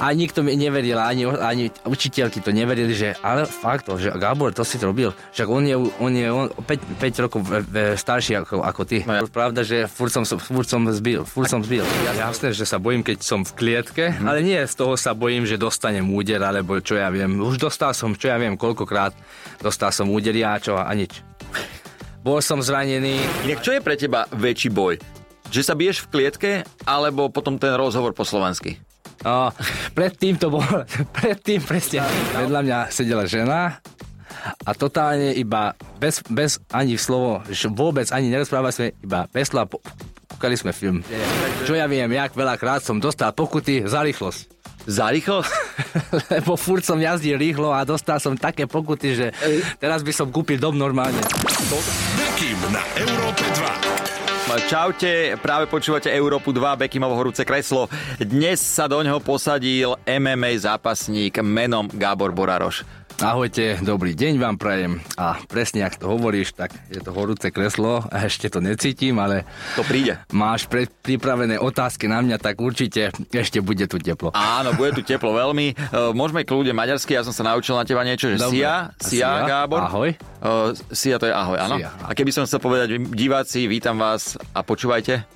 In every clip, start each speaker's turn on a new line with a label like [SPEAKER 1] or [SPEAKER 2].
[SPEAKER 1] A nikto mi neveril, ani, ani učiteľky to neverili, že ale fakt, že Gábor, to si to robil. Však on je, on je on 5, 5 rokov e, e, starší ako, ako ty.
[SPEAKER 2] No ja-
[SPEAKER 1] Pravda, že furt som, furt som zbil, furt som zbil. Mhm.
[SPEAKER 2] Jasné, že sa bojím, keď som v klietke, ale nie z toho sa bojím, že dostanem úder, alebo čo ja viem. Už dostal som, čo ja viem, koľkokrát dostal som úder, ja čo a nič. Bol som zranený,
[SPEAKER 3] Inak čo je pre teba väčší boj? Že sa biješ v klietke, alebo potom ten rozhovor po slovensky?
[SPEAKER 1] No, predtým to bol, predtým presne. Vedľa mňa sedela žena a totálne iba bez, bez ani slovo, že vôbec ani nerozprávali sme, iba bez slova po- púkali sme film. Čo ja viem, jak veľakrát som dostal pokuty za rýchlosť.
[SPEAKER 3] Za rýchlosť?
[SPEAKER 1] Lebo furt som jazdil rýchlo a dostal som také pokuty, že teraz by som kúpil dom normálne.
[SPEAKER 4] Bekim na Európe 2.
[SPEAKER 3] Čaute, práve počúvate Európu 2, Bekimovo horúce kreslo. Dnes sa do ňoho posadil MMA zápasník menom Gábor Boraroš.
[SPEAKER 1] Ahojte, dobrý deň vám prajem. A presne, ak to hovoríš, tak je to horúce kreslo. a Ešte to necítim, ale
[SPEAKER 3] To príde.
[SPEAKER 1] máš predpripravené otázky na mňa, tak určite ešte bude tu teplo.
[SPEAKER 3] Áno, bude tu teplo veľmi. E, môžeme kľude maďarsky, ja som sa naučil na teba niečo, že
[SPEAKER 1] Dobre.
[SPEAKER 3] Sia,
[SPEAKER 1] A
[SPEAKER 3] Sia,
[SPEAKER 1] sia,
[SPEAKER 3] Gábor.
[SPEAKER 1] ahoj.
[SPEAKER 3] E, sia to je ahoj, áno.
[SPEAKER 1] Sia.
[SPEAKER 3] A keby som chcel povedať diváci, vítam vás a počúvajte.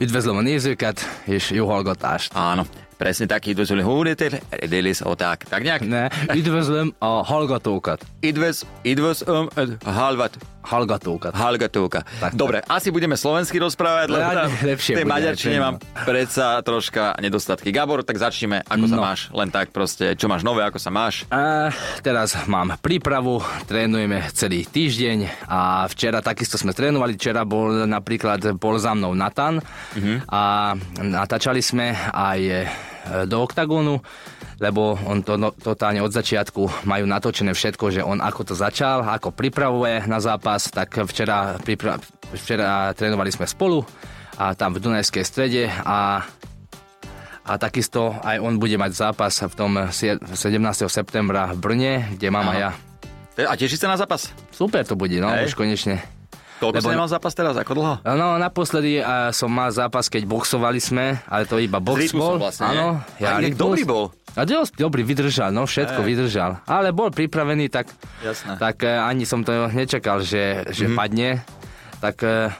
[SPEAKER 1] Üdvözlöm a nézőket, és jó hallgatást.
[SPEAKER 3] Áno, presne taký dozvoli húrite, delis o tak. Tak nejak.
[SPEAKER 1] Ne, üdvözlöm a hallgatókat.
[SPEAKER 3] Idves, idves, um, halvat,
[SPEAKER 1] Hallgatókat.
[SPEAKER 3] halgatóka.
[SPEAKER 1] Tak.
[SPEAKER 3] Dobre, asi budeme slovensky rozprávať, lebo
[SPEAKER 1] Ale
[SPEAKER 3] tam
[SPEAKER 1] lepšie
[SPEAKER 3] v tej
[SPEAKER 1] bude,
[SPEAKER 3] maďarčine
[SPEAKER 1] to je
[SPEAKER 3] mám predsa troška nedostatky. Gábor, tak začneme, ako sa
[SPEAKER 1] No.
[SPEAKER 3] máš, len tak proste, čo máš nové, ako sa máš.
[SPEAKER 1] A teraz mám prípravu, trénujeme celý týždeň a včera takisto sme trénovali, včera bol napríklad, bol za mnou Natan a natáčali sme aj e, do oktagónu, lebo on to no, totálne od začiatku majú natočené všetko, že on ako to začal, ako pripravuje na zápas, tak včera, pripra- včera trénovali sme spolu a tam v Dunajskej strede a a takisto aj on bude mať zápas v tom sie- 17. septembra v Brne, kde mám aj ja.
[SPEAKER 3] Te- A tešíš sa na zápas?
[SPEAKER 1] Super to bude, no už
[SPEAKER 3] Hej.
[SPEAKER 1] konečne.
[SPEAKER 3] Koľko
[SPEAKER 1] Lebo-
[SPEAKER 3] si nemal zápas teraz, ako dlho?
[SPEAKER 1] No naposledy a som mal zápas, keď boxovali sme, ale to iba box
[SPEAKER 3] Rytmusom
[SPEAKER 1] bol.
[SPEAKER 3] vlastne,
[SPEAKER 1] áno,
[SPEAKER 3] nie? A inak dobrý bol.
[SPEAKER 1] A dosť dobrý, vydržal, no všetko vydržal. Ale bol pripravený, tak,
[SPEAKER 3] Jasné. Mhm.
[SPEAKER 1] tak e, ani som to nečakal, že, že padne. Tak e,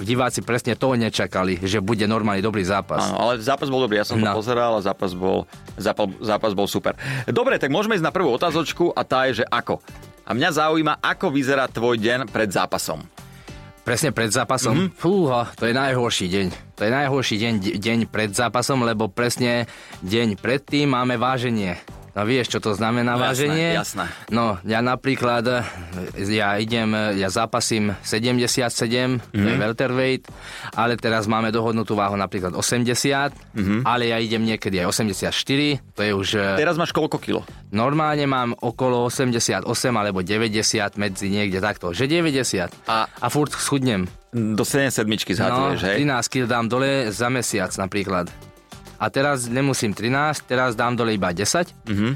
[SPEAKER 1] diváci presne to nečakali, že bude normálny dobrý zápas.
[SPEAKER 3] Áno, ale zápas bol dobrý, ja som no.
[SPEAKER 1] No.
[SPEAKER 3] to pozeral a zápas bol, zápas, zápas bol super. Dobre, tak môžeme ísť na prvú otázočku a tá je, že ako. A mňa zaujíma, ako vyzerá tvoj deň pred zápasom.
[SPEAKER 1] Presne pred zápasom.
[SPEAKER 3] Mhm.
[SPEAKER 1] Mm-hmm. Fúha, to je najhorší deň. To je najhorší deň, deň pred zápasom, lebo presne deň predtým máme váženie. No vieš, čo to znamená
[SPEAKER 3] No, jasné,
[SPEAKER 1] váženie?
[SPEAKER 3] jasné.
[SPEAKER 1] No, ja napríklad, eh, ja idem, eh, ja zápasím 77, mm-hmm.
[SPEAKER 3] Mhm.
[SPEAKER 1] to je welterweight, ale teraz máme dohodnutú váhu napríklad 80, mm-hmm.
[SPEAKER 3] Mhm.
[SPEAKER 1] ale ja idem niekedy aj 84, to je už... eh,
[SPEAKER 3] Teraz máš koľko kilo?
[SPEAKER 1] Normálne mám okolo 88 alebo 90 medzi niekde takto, že 90
[SPEAKER 3] A-
[SPEAKER 1] a furt schudnem.
[SPEAKER 3] Do 77
[SPEAKER 1] No,
[SPEAKER 3] zhadzuješ, hej?
[SPEAKER 1] 13 kg dám dole za mesiac napríklad. A teraz nemusím 13, teraz dám dole iba 10. Mm-hmm.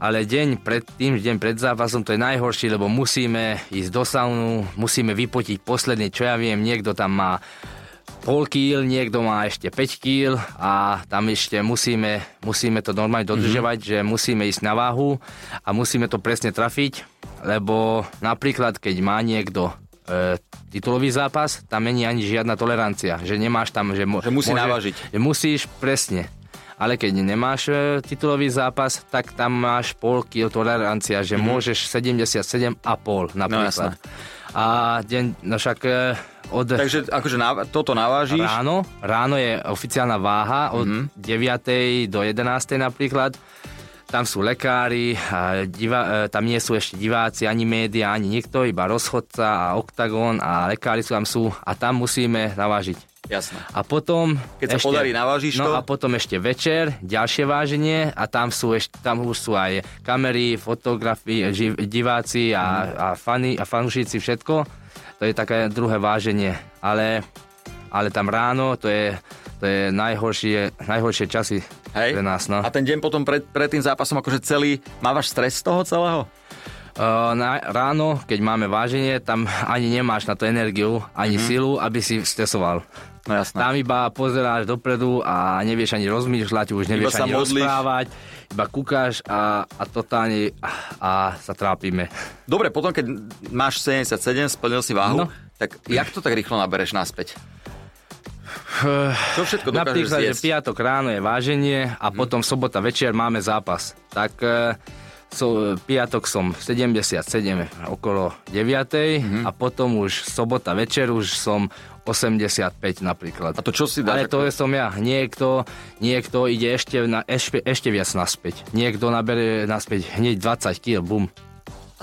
[SPEAKER 1] Ale deň pred tým, deň pred zápasom to je najhorší, lebo musíme ísť do saunu, musíme vypotiť posledne, čo ja viem, niekto tam má pol kýl, niekto má ešte 5 kýl a tam ešte musíme, musíme to normálne
[SPEAKER 3] Mhm.
[SPEAKER 1] dodržovať, mm-hmm. že musíme ísť na váhu a musíme to presne trafiť, lebo napríklad keď má niekto e, titulový zápas, tam není ani žiadna tolerancia, že nemáš tam, že, mo-
[SPEAKER 3] Že musí navážiť.
[SPEAKER 1] že Musíš, presne. Ale keď nemáš e, titulový zápas, tak tam máš pol kilo tolerancia,
[SPEAKER 3] Mhm.
[SPEAKER 1] že mm-hmm. môžeš 77,5 napríklad.
[SPEAKER 3] No, jasné.
[SPEAKER 1] a deň, no však e, od...
[SPEAKER 3] Takže akože na, toto navážiš.
[SPEAKER 1] Ráno, ráno je oficiálna váha od mm-hmm. 9. do 11. napríklad. Tam sú lekári, a divá, e, tam nie sú ešte diváci, ani média, ani nikto, iba rozchodca a oktagón a lekári sú tam sú a tam musíme navážiť.
[SPEAKER 3] Jasné.
[SPEAKER 1] A potom...
[SPEAKER 3] Keď sa podarí, navážiš
[SPEAKER 1] no
[SPEAKER 3] to?
[SPEAKER 1] a potom ešte večer, ďalšie váženie a tam sú ešte, tam už sú aj kamery, fotografie, živ, diváci a, a, fani, a fanúšici, všetko. To je také druhé váženie. Ale, ale tam ráno, to je, to je najhoršie, najhoršie časy
[SPEAKER 3] Hej?
[SPEAKER 1] pre nás. No.
[SPEAKER 3] A ten deň potom pred, pred tým zápasom akože celý, mávaš stres z toho celého?
[SPEAKER 1] Uh, na,
[SPEAKER 3] Mhm.
[SPEAKER 1] ráno, keď máme váženie, tam ani nemáš na to energiu, ani mm-hmm. silu, aby si stresoval.
[SPEAKER 3] No jasné.
[SPEAKER 1] Tam iba pozeráš dopredu a nevieš ani rozmýšľať, už nevieš
[SPEAKER 3] sa
[SPEAKER 1] ani
[SPEAKER 3] modlíš.
[SPEAKER 1] rozprávať, iba kúkaš a, a totálne a, a sa trápime.
[SPEAKER 3] Dobre, potom keď máš 77, splnil si váhu, no.
[SPEAKER 1] No.
[SPEAKER 3] tak jak to tak rýchlo nabereš naspäť? Čo všetko dokážeš
[SPEAKER 1] Eh, Napríklad, že
[SPEAKER 3] zjesť? Mhm.
[SPEAKER 1] piatok ráno je váženie a potom sobota večer máme zápas. Tak e, so, piatok som 77 okolo 9
[SPEAKER 3] Mhm.
[SPEAKER 1] a potom už sobota večer už som 85 napríklad.
[SPEAKER 3] A to čo si
[SPEAKER 1] Ale
[SPEAKER 3] dáš?
[SPEAKER 1] to je som ja. Niekto, niekto ide ešte, na, ešte, ešte viac naspäť. Niekto nabere naspäť hneď 20 kg, bum.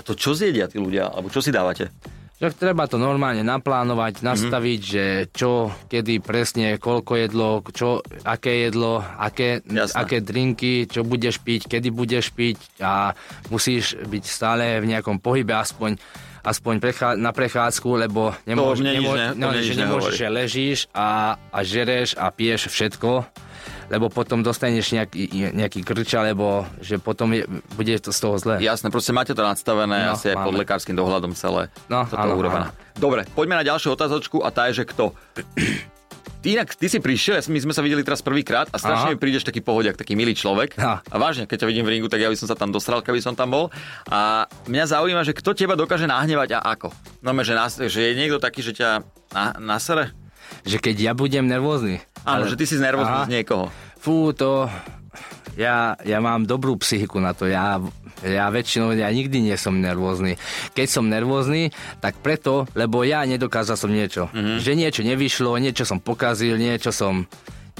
[SPEAKER 3] A to čo zjedia tí ľudia? Alebo čo si dávate?
[SPEAKER 1] Že treba to normálne
[SPEAKER 3] Mhm.
[SPEAKER 1] naplánovať, nastaviť, že čo, kedy presne, koľko jedlo, čo, aké jedlo, aké,
[SPEAKER 3] Jasné.
[SPEAKER 1] aké drinky, čo budeš piť, kedy budeš piť a musíš byť stále v nejakom pohybe aspoň aspoň prechá, na prechádzku, lebo nemôž,
[SPEAKER 3] mne nič
[SPEAKER 1] nemôž,
[SPEAKER 3] ne- to
[SPEAKER 1] no,
[SPEAKER 3] mne nič
[SPEAKER 1] že nemôžeš,
[SPEAKER 3] nehovorí.
[SPEAKER 1] že ležíš a, a žereš a piješ všetko, lebo potom dostaneš nejaký, nejaký krč, alebo že potom je, bude to z toho zle.
[SPEAKER 3] Jasné, proste máte to nadstavené
[SPEAKER 1] No,
[SPEAKER 3] asi aj pod
[SPEAKER 1] máme.
[SPEAKER 3] lekárskym dohľadom celé.
[SPEAKER 1] No,
[SPEAKER 3] toto
[SPEAKER 1] áno,
[SPEAKER 3] urobené. Dobre, poďme na ďalšiu otázočku a tá je, že kto? Ty inak, ty si prišiel, ja, my sme sa videli teraz prvýkrát a strašne
[SPEAKER 1] Aha.
[SPEAKER 3] mi prídeš taký pohodiak, taký milý človek.
[SPEAKER 1] Ha.
[SPEAKER 3] A vážne, keď ťa vidím v ringu, tak ja by som sa tam dostral, keby som tam bol. A mňa zaujíma, že kto teba dokáže nahnevať a ako. No, že, nás, že je niekto taký, že ťa na, nasere?
[SPEAKER 1] Že keď ja budem nervózny,
[SPEAKER 3] Áno, že ty si nervózny
[SPEAKER 1] Aha.
[SPEAKER 3] z niekoho.
[SPEAKER 1] Fú, to... Ja, ja mám dobrú psychiku na to. Ja, ja väčšinou, ja nikdy nie som nervózny. Keď som nervózny, tak preto, lebo ja nedokázal som niečo.
[SPEAKER 3] Mhm.
[SPEAKER 1] Mm-hmm. Že niečo nevyšlo, niečo som pokazil, niečo som...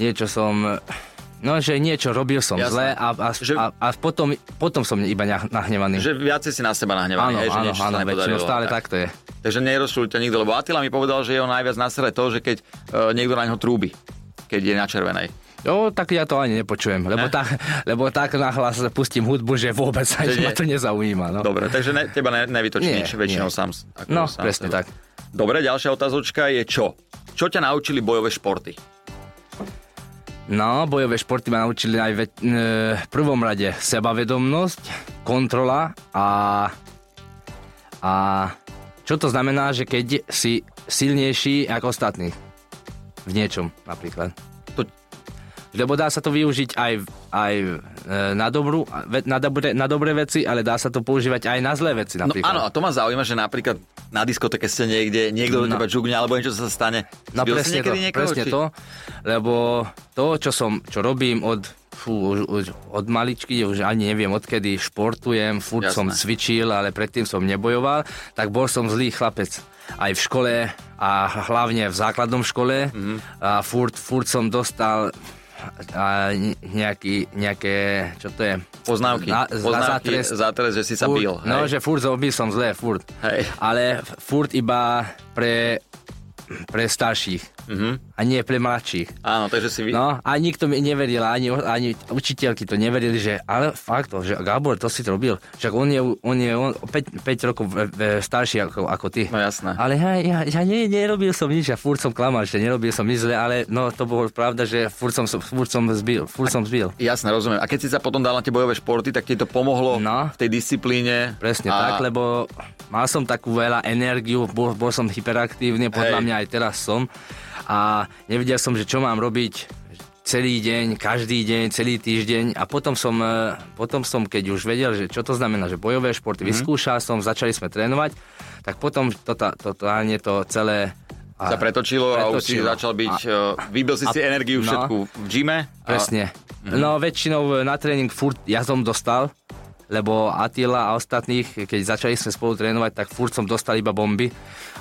[SPEAKER 1] Niečo som... No, že niečo robil som
[SPEAKER 3] Jasné.
[SPEAKER 1] zle a, a,
[SPEAKER 3] Že-
[SPEAKER 1] a, a potom, potom som iba nah- nahnevaný.
[SPEAKER 3] Že viacej si na seba nahnevaný.
[SPEAKER 1] áno,
[SPEAKER 3] hej, že
[SPEAKER 1] áno,
[SPEAKER 3] niečo sa
[SPEAKER 1] áno, väčšinou
[SPEAKER 3] nepodarilo.
[SPEAKER 1] stále tak. takto je.
[SPEAKER 3] Takže nerozčul ťa nikto, lebo Atila mi povedal, že jeho najviac nasere to, že keď e, niekto na ňo trúbi, keď je na červenej.
[SPEAKER 1] No, tak ja to ani nepočujem, lebo,
[SPEAKER 3] Ne?
[SPEAKER 1] tak, lebo tak nahlas pustím hudbu, že vôbec
[SPEAKER 3] Že
[SPEAKER 1] ani ma
[SPEAKER 3] nie.
[SPEAKER 1] to nezaujíma. No.
[SPEAKER 3] Dobre, takže ne, teba ne, nevytočí
[SPEAKER 1] Nie,
[SPEAKER 3] nič, väčšinou
[SPEAKER 1] nie.
[SPEAKER 3] sám. s- Ako
[SPEAKER 1] No,
[SPEAKER 3] sám
[SPEAKER 1] presne
[SPEAKER 3] seba.
[SPEAKER 1] tak.
[SPEAKER 3] Dobre, ďalšia otázočka je čo? Čo ťa naučili bojové športy?
[SPEAKER 1] No, bojové športy ma naučili aj ve- e, v prvom rade sebavedomnosť, kontrola a, a čo to znamená, že keď si silnejší ako ostatní v niečom napríklad.
[SPEAKER 3] To-
[SPEAKER 1] Lebo dá sa to využiť aj, v- aj v- e, na, dobrú, ve- na, dobre, na dobré veci, ale dá sa to používať aj na zlé veci
[SPEAKER 3] No áno,
[SPEAKER 1] napríklad.
[SPEAKER 3] a to ma zaujíma, že napríklad na diskoteke ste niekde, niekto do
[SPEAKER 1] No.
[SPEAKER 3] teba žugne, alebo niečo sa stane.
[SPEAKER 1] No
[SPEAKER 3] Zbil si
[SPEAKER 1] presne to,
[SPEAKER 3] niekedy niekoho,
[SPEAKER 1] presne
[SPEAKER 3] či-
[SPEAKER 1] to, lebo to, čo som, čo robím od, fú, už, už, od maličky, už ani neviem odkedy, športujem, furt
[SPEAKER 3] Jasné.
[SPEAKER 1] som cvičil, ale predtým som nebojoval, tak bol som zlý chlapec. Aj v škole a hlavne v základnom škole a furt, furt som dostal a ne- nejaký, nejaké, čo to je?
[SPEAKER 3] Poznámky.
[SPEAKER 1] Na-
[SPEAKER 3] poznámky,
[SPEAKER 1] za trest.
[SPEAKER 3] za trest, že si sa
[SPEAKER 1] Furt,
[SPEAKER 3] bil.
[SPEAKER 1] No,
[SPEAKER 3] hej.
[SPEAKER 1] že furt zobil som zle, furt.
[SPEAKER 3] Hej.
[SPEAKER 1] Ale f- furt iba pre, pre starších. Mm-hmm.
[SPEAKER 3] Mhm.
[SPEAKER 1] A nie pre mladších.
[SPEAKER 3] Áno, takže si... vy-
[SPEAKER 1] No, a nikto mi neveril, ani, ani učiteľky to neverili, že ale fakt, že Gábor, to si to robil. Však on je, on je on 5, 5 rokov e, e, starší ako, ako ty.
[SPEAKER 3] No, jasné.
[SPEAKER 1] Ale ja, ja, ja nie, nerobil som nič, ja furt som klamal, že nerobil som nič zle, ale no, to bolo pravda, že furt som, furt som zbil, furt som zbil.
[SPEAKER 3] Jasné, rozumiem. A keď si sa potom dal na tie bojové športy, tak ti to pomohlo
[SPEAKER 1] No.
[SPEAKER 3] v tej disciplíne.
[SPEAKER 1] Presne
[SPEAKER 3] a...
[SPEAKER 1] tak, lebo mal som takú veľa energiu, bol, bol som hyperaktívny, podľa
[SPEAKER 3] Hej.
[SPEAKER 1] mňa aj teraz som. A nevedel som, že čo mám robiť celý deň, každý deň, celý týždeň a potom som, e, potom som keď už vedel, že čo to znamená, že bojové športy
[SPEAKER 3] Mhm.
[SPEAKER 1] mm-hmm. vyskúšal som, začali sme trénovať, tak potom to, to, to, to, to celé a-
[SPEAKER 3] Sa pretočilo, a už si
[SPEAKER 1] pretočilo.
[SPEAKER 3] začal byť...
[SPEAKER 1] A-
[SPEAKER 3] A... Vybil si
[SPEAKER 1] a-
[SPEAKER 3] si energiu
[SPEAKER 1] no.
[SPEAKER 3] všetku v gyme.
[SPEAKER 1] Presne.
[SPEAKER 3] Mhm.
[SPEAKER 1] No väčšinou e, na tréning furt ja som dostal, lebo Atila a ostatných, keď začali sme spolu trénovať, tak furt som dostal iba bomby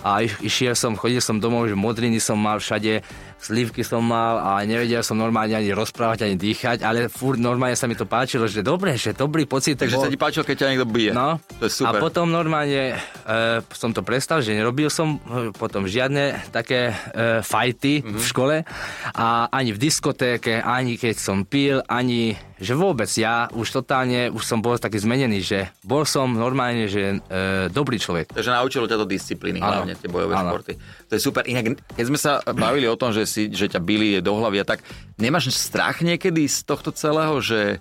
[SPEAKER 1] a iš- išiel som, chodil som domov, že modriny som mal všade, slivky som mal a nevedel som normálne ani rozprávať, ani dýchať, ale furt normálne sa mi to páčilo, že dobre, že dobrý pocit. to
[SPEAKER 3] Takže
[SPEAKER 1] bol.
[SPEAKER 3] sa ti páčilo, keď ťa niekto bije.
[SPEAKER 1] No,
[SPEAKER 3] To je super.
[SPEAKER 1] a potom normálne e, som to prestal, že nerobil som e, potom žiadne také e, fajty
[SPEAKER 3] Mhm.
[SPEAKER 1] v škole a ani v diskotéke, ani keď som pil, ani že vôbec ja už totálne, už som bol taký zmenený, že bol som normálne, že e, dobrý človek.
[SPEAKER 3] Takže naučilo ťa to disciplíny,
[SPEAKER 1] Áno.
[SPEAKER 3] hlavne tie bojové
[SPEAKER 1] Áno.
[SPEAKER 3] športy. To je super. Inak, keď sme sa bavili o tom, že, si, že ťa bili do hlavy a tak, nemáš strach niekedy z tohto celého, že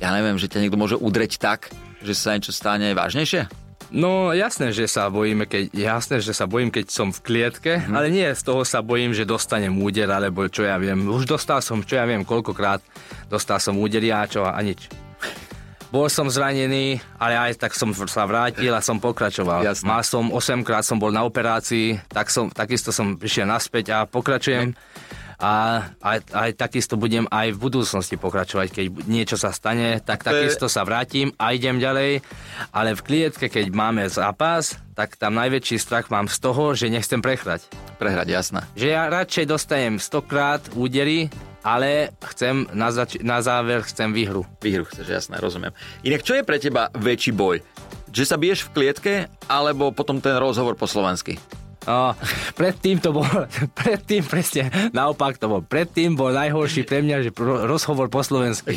[SPEAKER 3] ja neviem, že ťa niekto môže udreť tak, že sa niečo stane vážnejšie?
[SPEAKER 1] No jasné, že sa bojíme, keď, jasné, že sa bojím, keď som v klietke, mm-hmm. ale nie z toho sa bojím, že dostanem úder, alebo čo ja viem. Už dostal som, čo ja viem, koľkokrát dostal som úder, ja čo a nič. Bol som zranený, ale aj tak som sa vrátil a som pokračoval.
[SPEAKER 3] Jasné.
[SPEAKER 1] Mal som 8 krát som bol na operácii, tak som, takisto som prišiel naspäť a pokračujem. A aj, aj takisto budem aj v budúcnosti pokračovať, keď bu- niečo sa stane, tak
[SPEAKER 3] je-
[SPEAKER 1] takisto sa vrátim a idem ďalej. Ale v klietke, keď máme zápas, tak tam najväčší strach mám z toho, že nechcem prehrať.
[SPEAKER 3] Prehrať, jasné.
[SPEAKER 1] Že ja radšej dostanem 100 krát údery, ale chcem na, zač- na záver chcem výhru.
[SPEAKER 3] Výhru chceš, jasné, rozumiem. Inak čo je pre teba väčší boj? Že sa biješ v klietke, alebo potom ten rozhovor po slovensky?
[SPEAKER 1] No, predtým to bol, predtým presne, naopak to bol, predtým bol najhorší pre mňa, že pro, rozhovor po slovensky.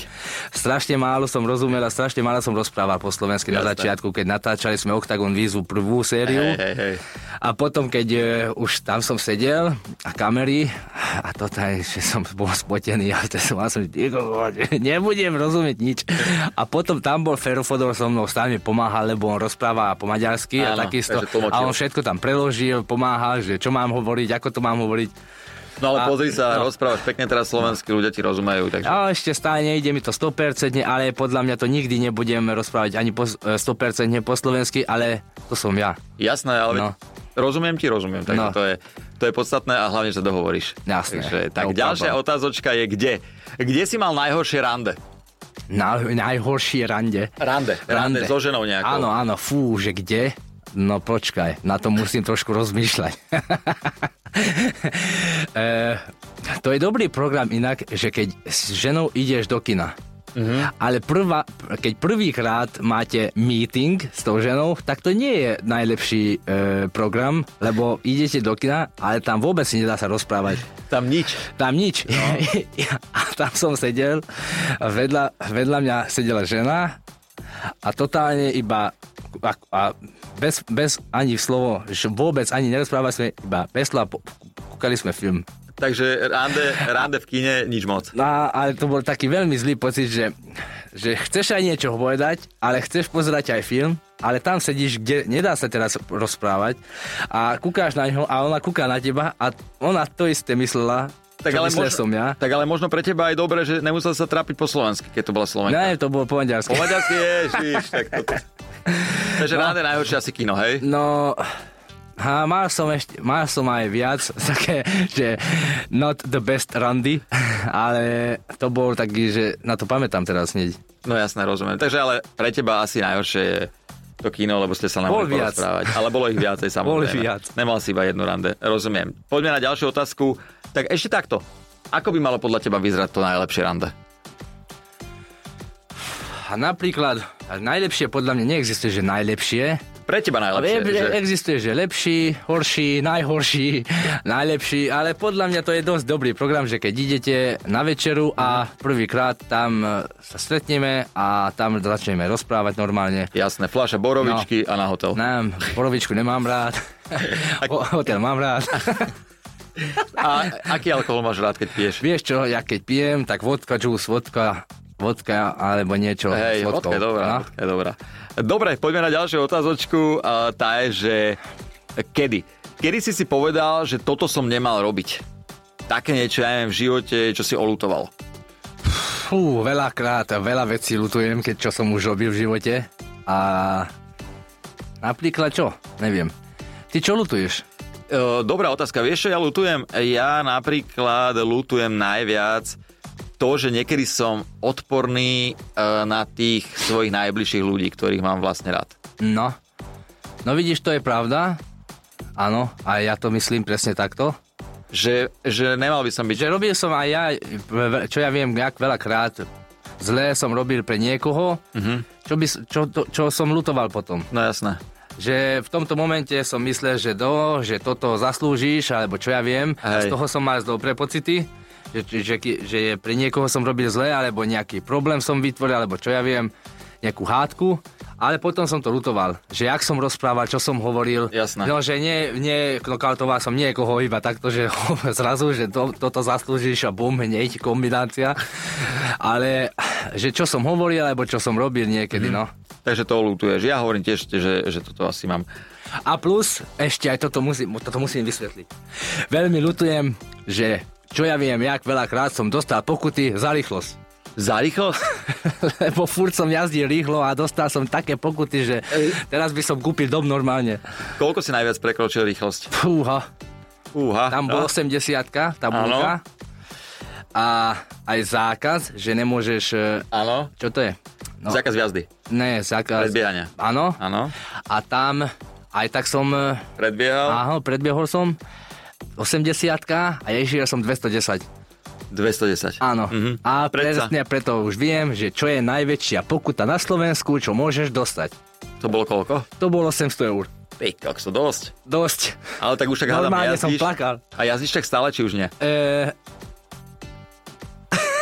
[SPEAKER 1] Strašne málo som rozumel a strašne málo som rozprával po slovensky na
[SPEAKER 3] Jasné.
[SPEAKER 1] začiatku, keď natáčali sme Octagon výzvu prvú sériu.
[SPEAKER 3] Hej, hej, hej.
[SPEAKER 1] A potom, keď e, už tam som sedel a kamery, a to taj, že som bol spotený, ale to som mal som, ty kokot, nebudem rozumieť nič. A potom tam bol Fero Fodor so mnou stále mi pomáhal, lebo on rozpráva po maďarsky a
[SPEAKER 3] Áno,
[SPEAKER 1] takisto.
[SPEAKER 3] takže tlmočil.
[SPEAKER 1] A on všetko tam preložil, pomáhal, že čo mám hovoriť, ako to mám hovoriť.
[SPEAKER 3] No ale
[SPEAKER 1] A-
[SPEAKER 3] pozri sa,
[SPEAKER 1] no.
[SPEAKER 3] rozprávaš pekne teraz slovensky, ľudia ti rozumejú, takže...
[SPEAKER 1] A ešte stále nejde mi to 100%, ale podľa mňa to nikdy nebudem rozprávať ani po, e, 100% po slovensky, ale to som ja.
[SPEAKER 3] Jasné, ale
[SPEAKER 1] No.
[SPEAKER 3] no. rozumiem ti, rozumiem. Takže
[SPEAKER 1] No.
[SPEAKER 3] to, je, to je podstatné a hlavne, že sa dohovoríš.
[SPEAKER 1] Jasné.
[SPEAKER 3] Takže,
[SPEAKER 1] No
[SPEAKER 3] tak ďalšia
[SPEAKER 1] problém.
[SPEAKER 3] otázočka je kde? Kde si mal najhoršie rande?
[SPEAKER 1] Na, najhoršie rande.
[SPEAKER 3] Rande. Rande so ženou nejakou.
[SPEAKER 1] Áno, áno, fú, že kde? No počkaj, na to musím trošku rozmýšľať. e, to je dobrý program inak, že keď s ženou ideš do kina,
[SPEAKER 3] Mhm.
[SPEAKER 1] Mm-hmm. Ale prvá, keď prvýkrát máte meeting s tou ženou, tak to nie je najlepší e, program, lebo idete do kina, ale tam vôbec si nedá sa rozprávať.
[SPEAKER 3] Tam nič.
[SPEAKER 1] Tam nič. No. A tam som sedel, a vedľa, vedľa mňa sedela žena a totálne iba a, a bez, bez ani slovo, že vôbec ani nerozprávali sme, iba pesla, kúkali sme film.
[SPEAKER 3] Takže rande, rande v kine nič moc.
[SPEAKER 1] No, ale to bol taký veľmi zlý pocit, že, že chceš aj niečo povedať, ale chceš pozerať aj film, ale tam sedíš, kde nedá sa teraz rozprávať a kúkáš na ňo a ona kúka na teba a ona to isté myslela, tak ale myslel
[SPEAKER 3] možno-
[SPEAKER 1] som ja.
[SPEAKER 3] tak ale možno pre teba aj dobre, že nemusel sa trápiť po slovensky, keď to bola Slovenka.
[SPEAKER 1] Ne, to bolo po maďarsky.
[SPEAKER 3] Po maďarsky ježiš, tak to... Takže rande najhoršie asi kino, hej?
[SPEAKER 1] No, a mal som, ešte, mal som aj viac také, že not the best randy, ale to bol taký, že na to pamätám teraz hneď.
[SPEAKER 3] No jasné, rozumiem. Takže ale pre teba asi najhoršie je to kino, lebo ste sa
[SPEAKER 1] Bol
[SPEAKER 3] nemohli
[SPEAKER 1] viac.
[SPEAKER 3] porozprávať. Ale bolo ich viacej, samozrejme.
[SPEAKER 1] Bol ich viac.
[SPEAKER 3] Nemal si iba jednu rande. Rozumiem. Poďme na ďalšiu otázku. Tak ešte takto. Ako by malo podľa teba vyzerať to najlepšie rande?
[SPEAKER 1] A napríklad, a najlepšie podľa mňa neexistuje, že najlepšie.
[SPEAKER 3] Pre teba najlepšie.
[SPEAKER 1] Ale
[SPEAKER 3] že...
[SPEAKER 1] Existuje, že lepší, horší, najhorší, najlepší, ale podľa mňa to je dosť dobrý program, že keď idete na večeru a prvýkrát tam e, sa stretneme a tam začneme rozprávať normálne.
[SPEAKER 3] Jasné, fľaša borovičky
[SPEAKER 1] No.
[SPEAKER 3] a na hotel.
[SPEAKER 1] Nám, polovičku nemám rád, Ho- hotel mám rád.
[SPEAKER 3] A aký alkohol máš rád, keď piješ?
[SPEAKER 1] Vieš čo, ja keď pijem, tak vodka, juice, vodka, vodka alebo niečo
[SPEAKER 3] Hej,
[SPEAKER 1] s vodkou.
[SPEAKER 3] vodka je dobrá,
[SPEAKER 1] No.
[SPEAKER 3] vodka je dobrá. Dobre, poďme na ďalšiu otázočku. A tá je, že kedy? Kedy si si povedal, že toto som nemal robiť? Také niečo, ja neviem, v živote, čo si olutoval. E,
[SPEAKER 1] Fú, veľakrát, veľa vecí lutujem, keď čo som už robil v živote. A napríklad čo? Neviem. Ty čo lutuješ?
[SPEAKER 3] E, dobrá otázka. Vieš, čo ja lutujem? Ja napríklad lutujem najviac to, že niekedy som odporný e, na tých svojich najbližších ľudí, ktorých mám vlastne rád.
[SPEAKER 1] No. No vidíš, to je pravda. Áno, a ja to myslím presne takto.
[SPEAKER 3] Že, že nemal by som byť...
[SPEAKER 1] Že robil som aj ja, čo ja viem, jak veľakrát zlé som robil pre niekoho, čo, by, s- čo, to, čo som lutoval potom.
[SPEAKER 3] No jasné.
[SPEAKER 1] že v tomto momente som myslel, že do, že toto zaslúžiš, alebo čo ja viem. A
[SPEAKER 3] Hej.
[SPEAKER 1] z toho som mal dobré pocity, že, že, že je pre niekoho som robil zle, alebo nejaký problém som vytvoril, alebo čo ja viem, nejakú hádku. Ale potom som to lutoval, že jak som rozprával, čo som hovoril.
[SPEAKER 3] Jasné.
[SPEAKER 1] No, že nie, nie knockoutoval som niekoho iba takto, že zrazu, že to, toto zaslúžiš a bum, hneď
[SPEAKER 3] Mhm.
[SPEAKER 1] kombinácia. Ale že čo som hovoril, alebo čo som robil niekedy, no.
[SPEAKER 3] Takže to lutuješ. Ja hovorím tiež, že, že toto asi mám.
[SPEAKER 1] A plus, ešte aj toto musím, toto musím vysvetliť. Veľmi ľutujem, že čo ja viem, jak veľakrát som dostal pokuty za rýchlosť.
[SPEAKER 3] Za rýchlosť?
[SPEAKER 1] Lebo furt som jazdil rýchlo a dostal som také pokuty, že teraz by som kúpil dom normálne.
[SPEAKER 3] Koľko si najviac prekročil rýchlosť?
[SPEAKER 1] Fúha,
[SPEAKER 3] Úha.
[SPEAKER 1] tam bol 80 tabulka. A aj zákaz, že nemôžeš... e,
[SPEAKER 3] Áno.
[SPEAKER 1] Čo to je?
[SPEAKER 3] No. Zákaz jazdy.
[SPEAKER 1] Ne, zákaz...
[SPEAKER 3] Predbiehania.
[SPEAKER 1] Áno.
[SPEAKER 3] Áno.
[SPEAKER 1] A tam aj tak som... e,
[SPEAKER 3] Predbiehal
[SPEAKER 1] Áno, predbiehol som 80 a ješiel som 210.
[SPEAKER 3] 210.
[SPEAKER 1] Áno.
[SPEAKER 3] Mhm.
[SPEAKER 1] A
[SPEAKER 3] Predsa.
[SPEAKER 1] presne preto už viem, že čo je najväčšia pokuta na Slovensku, čo môžeš dostať.
[SPEAKER 3] To bolo koľko?
[SPEAKER 1] To bolo 800 eur.
[SPEAKER 3] Pekok, to dosť.
[SPEAKER 1] Dosť.
[SPEAKER 3] Ale tak už tak hádam,
[SPEAKER 1] Normálne som
[SPEAKER 3] jazdíš.
[SPEAKER 1] plakal.
[SPEAKER 3] A jazdíš tak stále, či už nie?
[SPEAKER 1] E,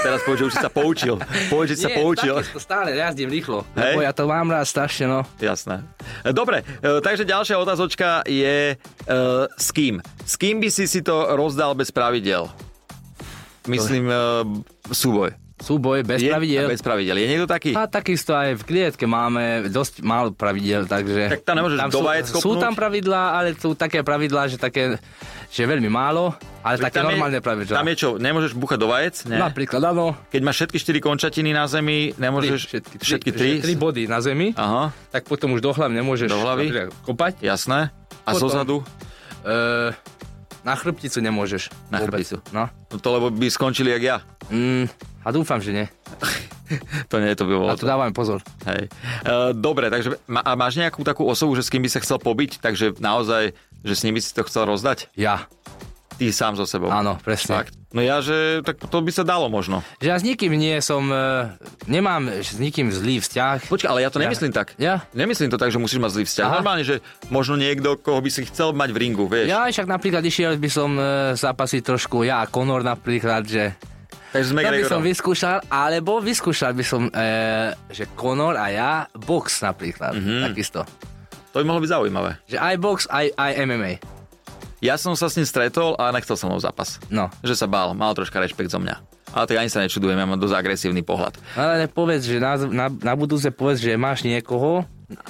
[SPEAKER 3] Teraz povedz, že už si sa poučil. Povedz, že si sa
[SPEAKER 1] Eh, nie,
[SPEAKER 3] poučil.
[SPEAKER 1] takisto stále jazdím rýchlo.
[SPEAKER 3] Hej.
[SPEAKER 1] Lebo ja to mám rád strašne, no.
[SPEAKER 3] Jasné. Dobre, e, takže ďalšia otázočka je e, s kým? S kým by si si to rozdal bez pravidel? Myslím, e, súboj.
[SPEAKER 1] Súboj bez
[SPEAKER 3] Je-
[SPEAKER 1] pravidel.
[SPEAKER 3] Bez pravidel. Je niekto taký?
[SPEAKER 1] A takisto aj v klietke máme dosť málo pravidel, takže...
[SPEAKER 3] Tak tam nemôžeš
[SPEAKER 1] sú,
[SPEAKER 3] do vajec
[SPEAKER 1] sú
[SPEAKER 3] kopnúť?
[SPEAKER 1] tam pravidlá, ale sú také pravidlá, že také, že veľmi málo, ale
[SPEAKER 3] Čiže
[SPEAKER 1] také
[SPEAKER 3] tam je- No
[SPEAKER 1] normálne pravidlá.
[SPEAKER 3] Tam je čo, nemôžeš búchať do vajec? Nie.
[SPEAKER 1] Napríklad, áno,
[SPEAKER 3] Keď máš všetky štyri končatiny na zemi,
[SPEAKER 1] tri,
[SPEAKER 3] nemôžeš...
[SPEAKER 1] všetky, tri,
[SPEAKER 3] všetky
[SPEAKER 1] že tri body na zemi,
[SPEAKER 3] Aha,
[SPEAKER 1] tak potom už do hlavy nemôžeš
[SPEAKER 3] Do hlavy?
[SPEAKER 1] napríklad kopať.
[SPEAKER 3] jasné. A
[SPEAKER 1] Potom-
[SPEAKER 3] zo zadu?
[SPEAKER 1] E, na chrbticu nemôžeš.
[SPEAKER 3] Na
[SPEAKER 1] vôbec.
[SPEAKER 3] chrbticu.
[SPEAKER 1] No.
[SPEAKER 3] No to lebo by skončili jak ja.
[SPEAKER 1] Mm, a dúfam, že nie.
[SPEAKER 3] To nie, to by bolo...
[SPEAKER 1] Na to dávame pozor.
[SPEAKER 3] Hej. E, dobre, takže ma, a máš nejakú takú osobu, že s kým by sa chcel pobiť, takže naozaj, že s ním by si to chcel rozdať?
[SPEAKER 1] Ja,
[SPEAKER 3] Ty sám so sebou.
[SPEAKER 1] áno, presne.
[SPEAKER 3] Fakt. No ja, že tak to by sa dalo možno.
[SPEAKER 1] Že ja s nikým nie som, e, nemám s nikým zlý vzťah.
[SPEAKER 3] Počkaj, ale ja to nemyslím tak.
[SPEAKER 1] Ja?
[SPEAKER 3] Nemyslím to tak, že musíš mať zlý vzťah.
[SPEAKER 1] Aha.
[SPEAKER 3] Normálne, že možno niekto, koho by si chcel mať v ringu, vieš.
[SPEAKER 1] Ja aj však napríklad išiel by som e, zápasiť trošku, ja a Conor napríklad, že
[SPEAKER 3] Takže sme
[SPEAKER 1] to by som vyskúšal, alebo vyskúšal by som, e, že Conor a ja, box napríklad,
[SPEAKER 3] Mhm.
[SPEAKER 1] takisto.
[SPEAKER 3] To by mohlo byť zaujímavé.
[SPEAKER 1] Že aj box, aj, aj MMA.
[SPEAKER 3] Ja som sa s ním stretol a nechcel som mnou zápas.
[SPEAKER 1] No,
[SPEAKER 3] Že sa bál, mal troška rešpekt zo mňa. Ale tak ani sa nečudujem, ja mám dosť agresívny pohľad.
[SPEAKER 1] No, ale povedz, že na, na, na budúce povedz, že máš niekoho,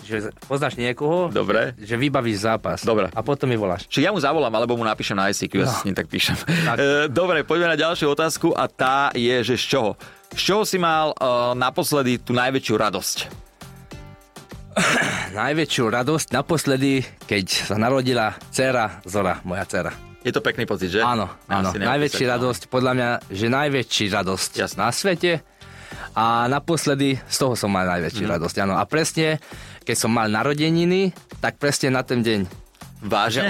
[SPEAKER 1] že poznáš niekoho,
[SPEAKER 3] Dobre.
[SPEAKER 1] že vybavíš zápas.
[SPEAKER 3] Dobre.
[SPEAKER 1] A potom mi voláš.
[SPEAKER 3] Čiže ja mu zavolám, alebo mu napíšem na ICQ, ja si s ním tak píšem.
[SPEAKER 1] No. Tak.
[SPEAKER 3] E, dobre, poďme na ďalšiu otázku a tá je, že z čoho? Z čoho si mal e, naposledy tú najväčšiu radosť?
[SPEAKER 1] Najväčšiu radosť naposledy, keď sa narodila dcera Zora, moja dcera.
[SPEAKER 3] Je to pekný pocit, že?
[SPEAKER 1] Áno, áno.
[SPEAKER 3] Asi neopísať,
[SPEAKER 1] Najväčší
[SPEAKER 3] no.
[SPEAKER 1] radosť, podľa mňa, že najväčší radosť
[SPEAKER 3] Jasné.
[SPEAKER 1] na svete. A naposledy z toho som mal najväčší
[SPEAKER 3] Mhm.
[SPEAKER 1] mm. radosť, áno. A presne, keď som mal narodeniny, tak presne na ten deň.
[SPEAKER 3] Vážne?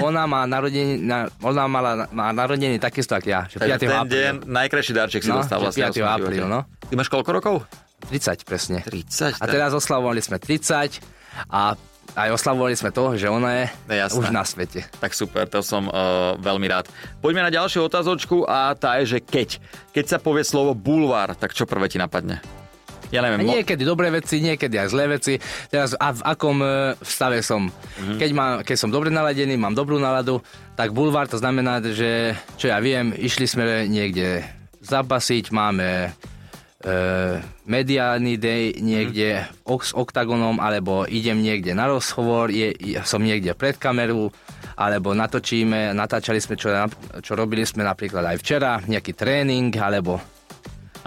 [SPEAKER 1] Že ona, má narodeniny, na, ona mala, má narodeniny takisto, ako ja. Že
[SPEAKER 3] Takže
[SPEAKER 1] 5.
[SPEAKER 3] ten deň
[SPEAKER 1] apríla.
[SPEAKER 3] najkrajší darček si
[SPEAKER 1] No,
[SPEAKER 3] dostal
[SPEAKER 1] že
[SPEAKER 3] vlastne. vo
[SPEAKER 1] 5.
[SPEAKER 3] svojom
[SPEAKER 1] apríl,
[SPEAKER 3] živote.
[SPEAKER 1] no.
[SPEAKER 3] Ty máš koľko rokov?
[SPEAKER 1] 30 presne.
[SPEAKER 3] 30.
[SPEAKER 1] A teraz oslavovali sme 30 a aj oslavovali sme to, že ona je
[SPEAKER 3] No, jasné.
[SPEAKER 1] už na svete.
[SPEAKER 3] Tak super, to som uh, veľmi rád. Poďme na ďalšiu otázočku a tá je, že keď. Keď sa povie slovo bulvár, tak čo prvé ti napadne? Ja
[SPEAKER 1] A
[SPEAKER 3] neviem. mo-
[SPEAKER 1] Niekedy dobré veci, niekedy aj zlé veci. Teraz a v akom e, v stave som.
[SPEAKER 3] Mhm.
[SPEAKER 1] Keď, mám, keď som dobre naladený, mám dobrú náladu, tak bulvár to znamená, že čo ja viem, išli sme niekde zapasiť, máme e, mediálny dej
[SPEAKER 3] Mhm.
[SPEAKER 1] niekde mm. s oktagonom, alebo idem niekde na rozhovor, je, je- som niekde pred kamerou, alebo natočíme, natáčali sme, čo, nap- čo robili sme napríklad aj včera, nejaký tréning, alebo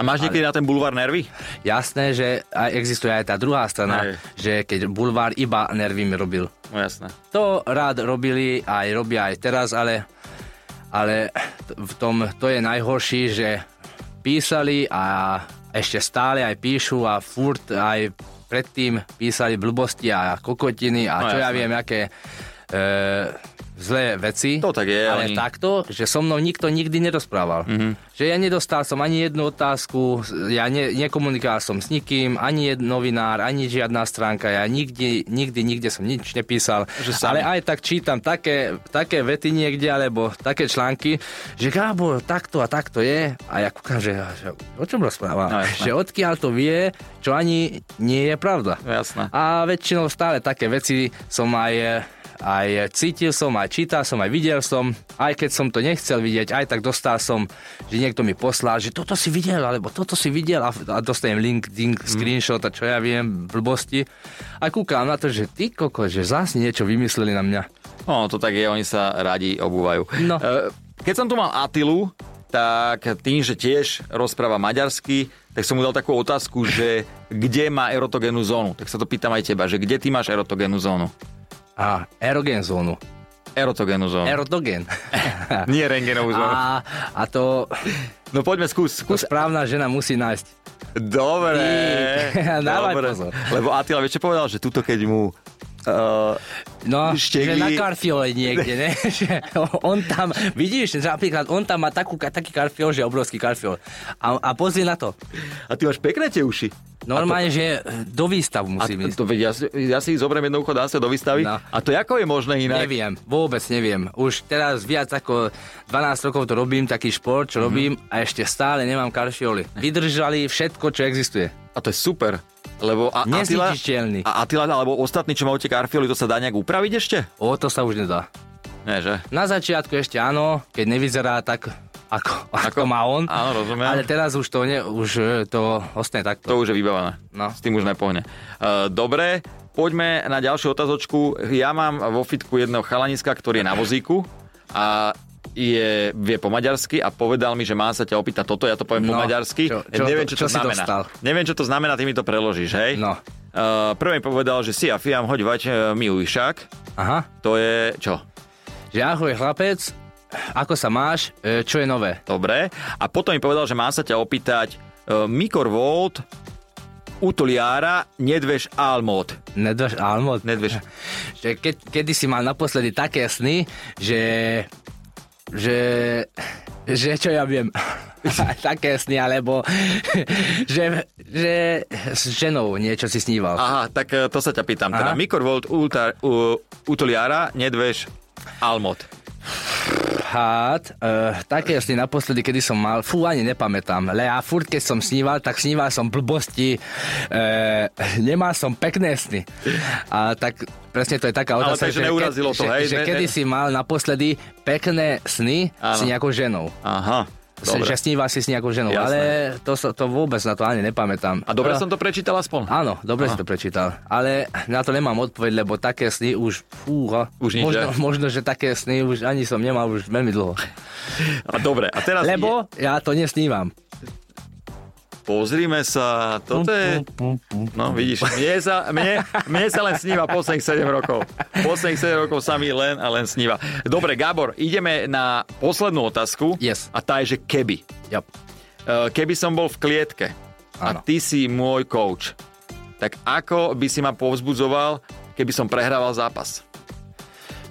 [SPEAKER 3] A máš niekedy na ten bulvár nervy?
[SPEAKER 1] Jasné, že aj existuje aj tá druhá strana,
[SPEAKER 3] Hej.
[SPEAKER 1] že keď bulvár iba nervím robil.
[SPEAKER 3] No jasné.
[SPEAKER 1] To rád robili, aj robia aj teraz, ale, ale t- v tom to je najhorší, že písali a ešte stále aj píšu a furt aj predtým písali blbosti a kokotiny a
[SPEAKER 3] No
[SPEAKER 1] čo ja
[SPEAKER 3] jasné.
[SPEAKER 1] viem, aké e, zlé veci.
[SPEAKER 3] To tak je,
[SPEAKER 1] Ale
[SPEAKER 3] oni-
[SPEAKER 1] tak takto, že so mnou nikto nikdy nerozprával.
[SPEAKER 3] Mhm.
[SPEAKER 1] Že ja nedostal som ani jednu otázku, ja ne, nekomunikoval som s nikým, ani jeden novinár, ani žiadna stránka, ja nikdy, nikdy, nikde som nič nepísal.
[SPEAKER 3] Že sami.
[SPEAKER 1] Ale aj tak čítam také, také vety niekde, alebo také články, že Gábor, takto a takto je. A ja kúkam, že, že o čom rozpráva?
[SPEAKER 3] No, jasné.
[SPEAKER 1] že odkiaľ to vie, čo ani nie je pravda.
[SPEAKER 3] No jasné.
[SPEAKER 1] A väčšinou stále také veci som aj e, aj cítil som, aj čítal som, aj videl som, aj keď som to nechcel vidieť, aj tak dostal som, že niekto mi poslal, že toto si videl, alebo toto si videl a, a dostanem link, link,
[SPEAKER 3] Mhm.
[SPEAKER 1] screenshot a čo ja viem, blbosti. A kúkam na to, že ty koko, že zás niečo vymysleli na mňa.
[SPEAKER 3] No, to tak je, oni sa radi obúvajú.
[SPEAKER 1] No.
[SPEAKER 3] E, Keď som tu mal Atilu, tak tým, že tiež rozpráva maďarsky, tak som mu dal takú otázku, že kde má erotogénnu zónu. Tak sa to pýtam aj teba, že kde ty máš erotogénnu zónu?
[SPEAKER 1] A erogen zónu.
[SPEAKER 3] Erotogénnu zónu.
[SPEAKER 1] Erotogen.
[SPEAKER 3] Nie rengenovú zónu.
[SPEAKER 1] a, a to,
[SPEAKER 3] No poďme
[SPEAKER 1] to
[SPEAKER 3] skús, skús.
[SPEAKER 1] správna žena musí nájsť.
[SPEAKER 3] Dobre.
[SPEAKER 1] Ty. Dávaj pozor.
[SPEAKER 3] Lebo Atila, vieš čo povedal? Že tuto keď mu... Uh,
[SPEAKER 1] No,
[SPEAKER 3] Štegli.
[SPEAKER 1] že na karfiole niekde, ne? Že on tam, vidíš, že napríklad on tam má takú, ka- taký karfiol, že je obrovský karfiol. A, a pozri na to.
[SPEAKER 3] a ty máš pekné tie uši.
[SPEAKER 1] Normálne, že do výstavu
[SPEAKER 3] A
[SPEAKER 1] musím
[SPEAKER 3] to,
[SPEAKER 1] ísť.
[SPEAKER 3] to, veď ja, si- ja si ich zoberiem jednoducho, dám sa do výstavy.
[SPEAKER 1] No.
[SPEAKER 3] A to ako je možné inak?
[SPEAKER 1] Neviem, vôbec neviem. Už teraz viac ako 12 rokov to robím, taký šport,
[SPEAKER 3] Mhm.
[SPEAKER 1] čo robím a ešte stále nemám karfioly. Vydržali všetko, čo existuje.
[SPEAKER 3] A to je super. Lebo a, Atila,
[SPEAKER 1] Nezničiteľný.
[SPEAKER 3] a Atila, alebo ostatní, čo majú tie karfioly, to sa dá nejak upraviť ešte?
[SPEAKER 1] O, to sa už nedá.
[SPEAKER 3] Nie, že?
[SPEAKER 1] Na začiatku ešte áno, keď nevyzerá tak, ako, ako, má on.
[SPEAKER 3] Áno, rozumiem.
[SPEAKER 1] Ale teraz už to, ne, už e, to ostane takto.
[SPEAKER 3] To už je vybavené.
[SPEAKER 1] No.
[SPEAKER 3] S tým už nepohne. Uh, dobre, poďme na ďalšiu otázočku. Ja mám vo fitku jedného chalaniska, ktorý je na vozíku a je, vie po maďarsky a povedal mi, že má sa ťa opýtať toto, ja to poviem po
[SPEAKER 1] No,
[SPEAKER 3] maďarsky.
[SPEAKER 1] čo- čo-
[SPEAKER 3] Ja neviem, čo,
[SPEAKER 1] čo
[SPEAKER 3] to
[SPEAKER 1] si
[SPEAKER 3] znamená.
[SPEAKER 1] dostal?
[SPEAKER 3] Neviem, čo to znamená, ty mi to preložíš, hej?
[SPEAKER 1] No.
[SPEAKER 3] Uh, prvé mi povedal, že si a fiam, hoď vať mi ujšak.
[SPEAKER 1] Aha.
[SPEAKER 3] To je, čo?
[SPEAKER 1] že ahoj chlapec, ako sa máš, E, čo je nové?
[SPEAKER 3] Dobre. A potom mi povedal, že má sa ťa opýtať uh, Mikorvolt utoliára nedvež almot.
[SPEAKER 1] Nedvež, almo,
[SPEAKER 3] Nedvež.
[SPEAKER 1] že ke, kedy si mal naposledy také sny, že, že, že čo ja viem, také sny, alebo že, že s ženou niečo si sníval.
[SPEAKER 3] Aha, tak e, to sa ťa pýtam. Teda
[SPEAKER 1] Aha.
[SPEAKER 3] Mikorvolt ultra, u, utoliara, nedvež, almot.
[SPEAKER 1] Hat, uh, také sny naposledy, kedy som mal, fú, ani nepamätám, ale ja furt, keď som sníval, tak sníval som blbosti, uh, nemal som pekné sny. A tak presne to je taká
[SPEAKER 3] Ale
[SPEAKER 1] otázka,
[SPEAKER 3] takže neurazilo to,
[SPEAKER 1] že,
[SPEAKER 3] hej,
[SPEAKER 1] že
[SPEAKER 3] ne-
[SPEAKER 1] kedy
[SPEAKER 3] ne-
[SPEAKER 1] si mal naposledy pekné sny
[SPEAKER 3] Áno.
[SPEAKER 1] s nejakou ženou.
[SPEAKER 3] Aha,
[SPEAKER 1] Dobre. Že
[SPEAKER 3] dobre.
[SPEAKER 1] sníval si s nejakou ženou,
[SPEAKER 3] Jasné.
[SPEAKER 1] ale to, sa- to vôbec na to ani nepamätám.
[SPEAKER 3] A dobre
[SPEAKER 1] Ale-
[SPEAKER 3] som to prečítal aspoň.
[SPEAKER 1] Áno, dobre si to prečítal, ale na to nemám odpoveď, lebo také sny už, fúha,
[SPEAKER 3] Už nič,
[SPEAKER 1] možno,
[SPEAKER 3] že?
[SPEAKER 1] možno, že také sny už ani som nemal už veľmi dlho.
[SPEAKER 3] A dobre, a teraz je,
[SPEAKER 1] Lebo ja to nesnívam.
[SPEAKER 3] pozrime sa, toto je... No vidíš, mne sa, mne, mne sa len sníva posledných 7 rokov. Posledných 7 rokov sa mi len a len sníva. Dobre, Gábor, ideme na poslednú otázku.
[SPEAKER 1] Yes.
[SPEAKER 3] A tá je, že keby.
[SPEAKER 1] Ja.
[SPEAKER 3] E, keby som bol v klietke a
[SPEAKER 1] Áno.
[SPEAKER 3] ty si môj coach, tak ako by si ma povzbudzoval, keby som prehrával zápas?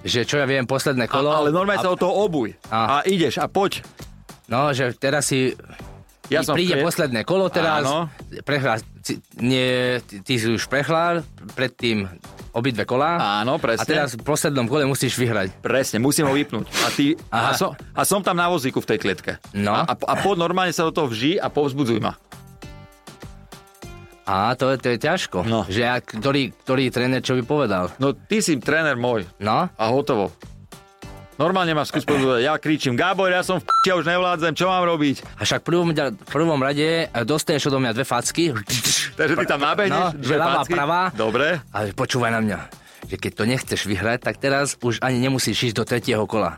[SPEAKER 1] Že čo ja viem, posledné
[SPEAKER 3] A,
[SPEAKER 1] kolo.
[SPEAKER 3] ale normálne sa
[SPEAKER 1] a,
[SPEAKER 3] o toho obuj.
[SPEAKER 1] A.
[SPEAKER 3] A, a ideš a poď.
[SPEAKER 1] No, že teraz si... Ja
[SPEAKER 3] Ja som
[SPEAKER 1] príde
[SPEAKER 3] v kliet-
[SPEAKER 1] posledné kolo teraz.
[SPEAKER 3] Áno.
[SPEAKER 1] Prehrá, ci- nie, ty, ty si už prehrál predtým obidve kolá. a
[SPEAKER 3] Áno, presne.
[SPEAKER 1] teraz v poslednom kole musíš vyhrať.
[SPEAKER 3] Presne, musím ho vypnúť. A, ty,
[SPEAKER 1] Aha.
[SPEAKER 3] a, som, a som tam na vozíku v tej klietke.
[SPEAKER 1] No.
[SPEAKER 3] A, a, a poď normálne sa do toho vží a povzbudzuj ma.
[SPEAKER 1] A to, je- to je ťažko.
[SPEAKER 3] No.
[SPEAKER 1] Že ja, ktorý, ktorý tréner čo by povedal.
[SPEAKER 3] No ty si tréner môj
[SPEAKER 1] No,
[SPEAKER 3] a hotovo. Normálne máš skús povzbudzovať. Ja kričím, Gábor, ja som v p***, ja už nevládzem, čo mám robiť?
[SPEAKER 1] a však v prvom, ďa- v prvom rade e, dostaneš odo mňa dve facky.
[SPEAKER 3] Takže ty tam
[SPEAKER 1] No,
[SPEAKER 3] nabehneš, dve
[SPEAKER 1] že ľavá,
[SPEAKER 3] facky.
[SPEAKER 1] pravá.
[SPEAKER 3] Dobre.
[SPEAKER 1] Ale počúvaj na mňa, že keď to nechceš vyhrať, tak teraz už ani nemusíš ísť do tretieho kola.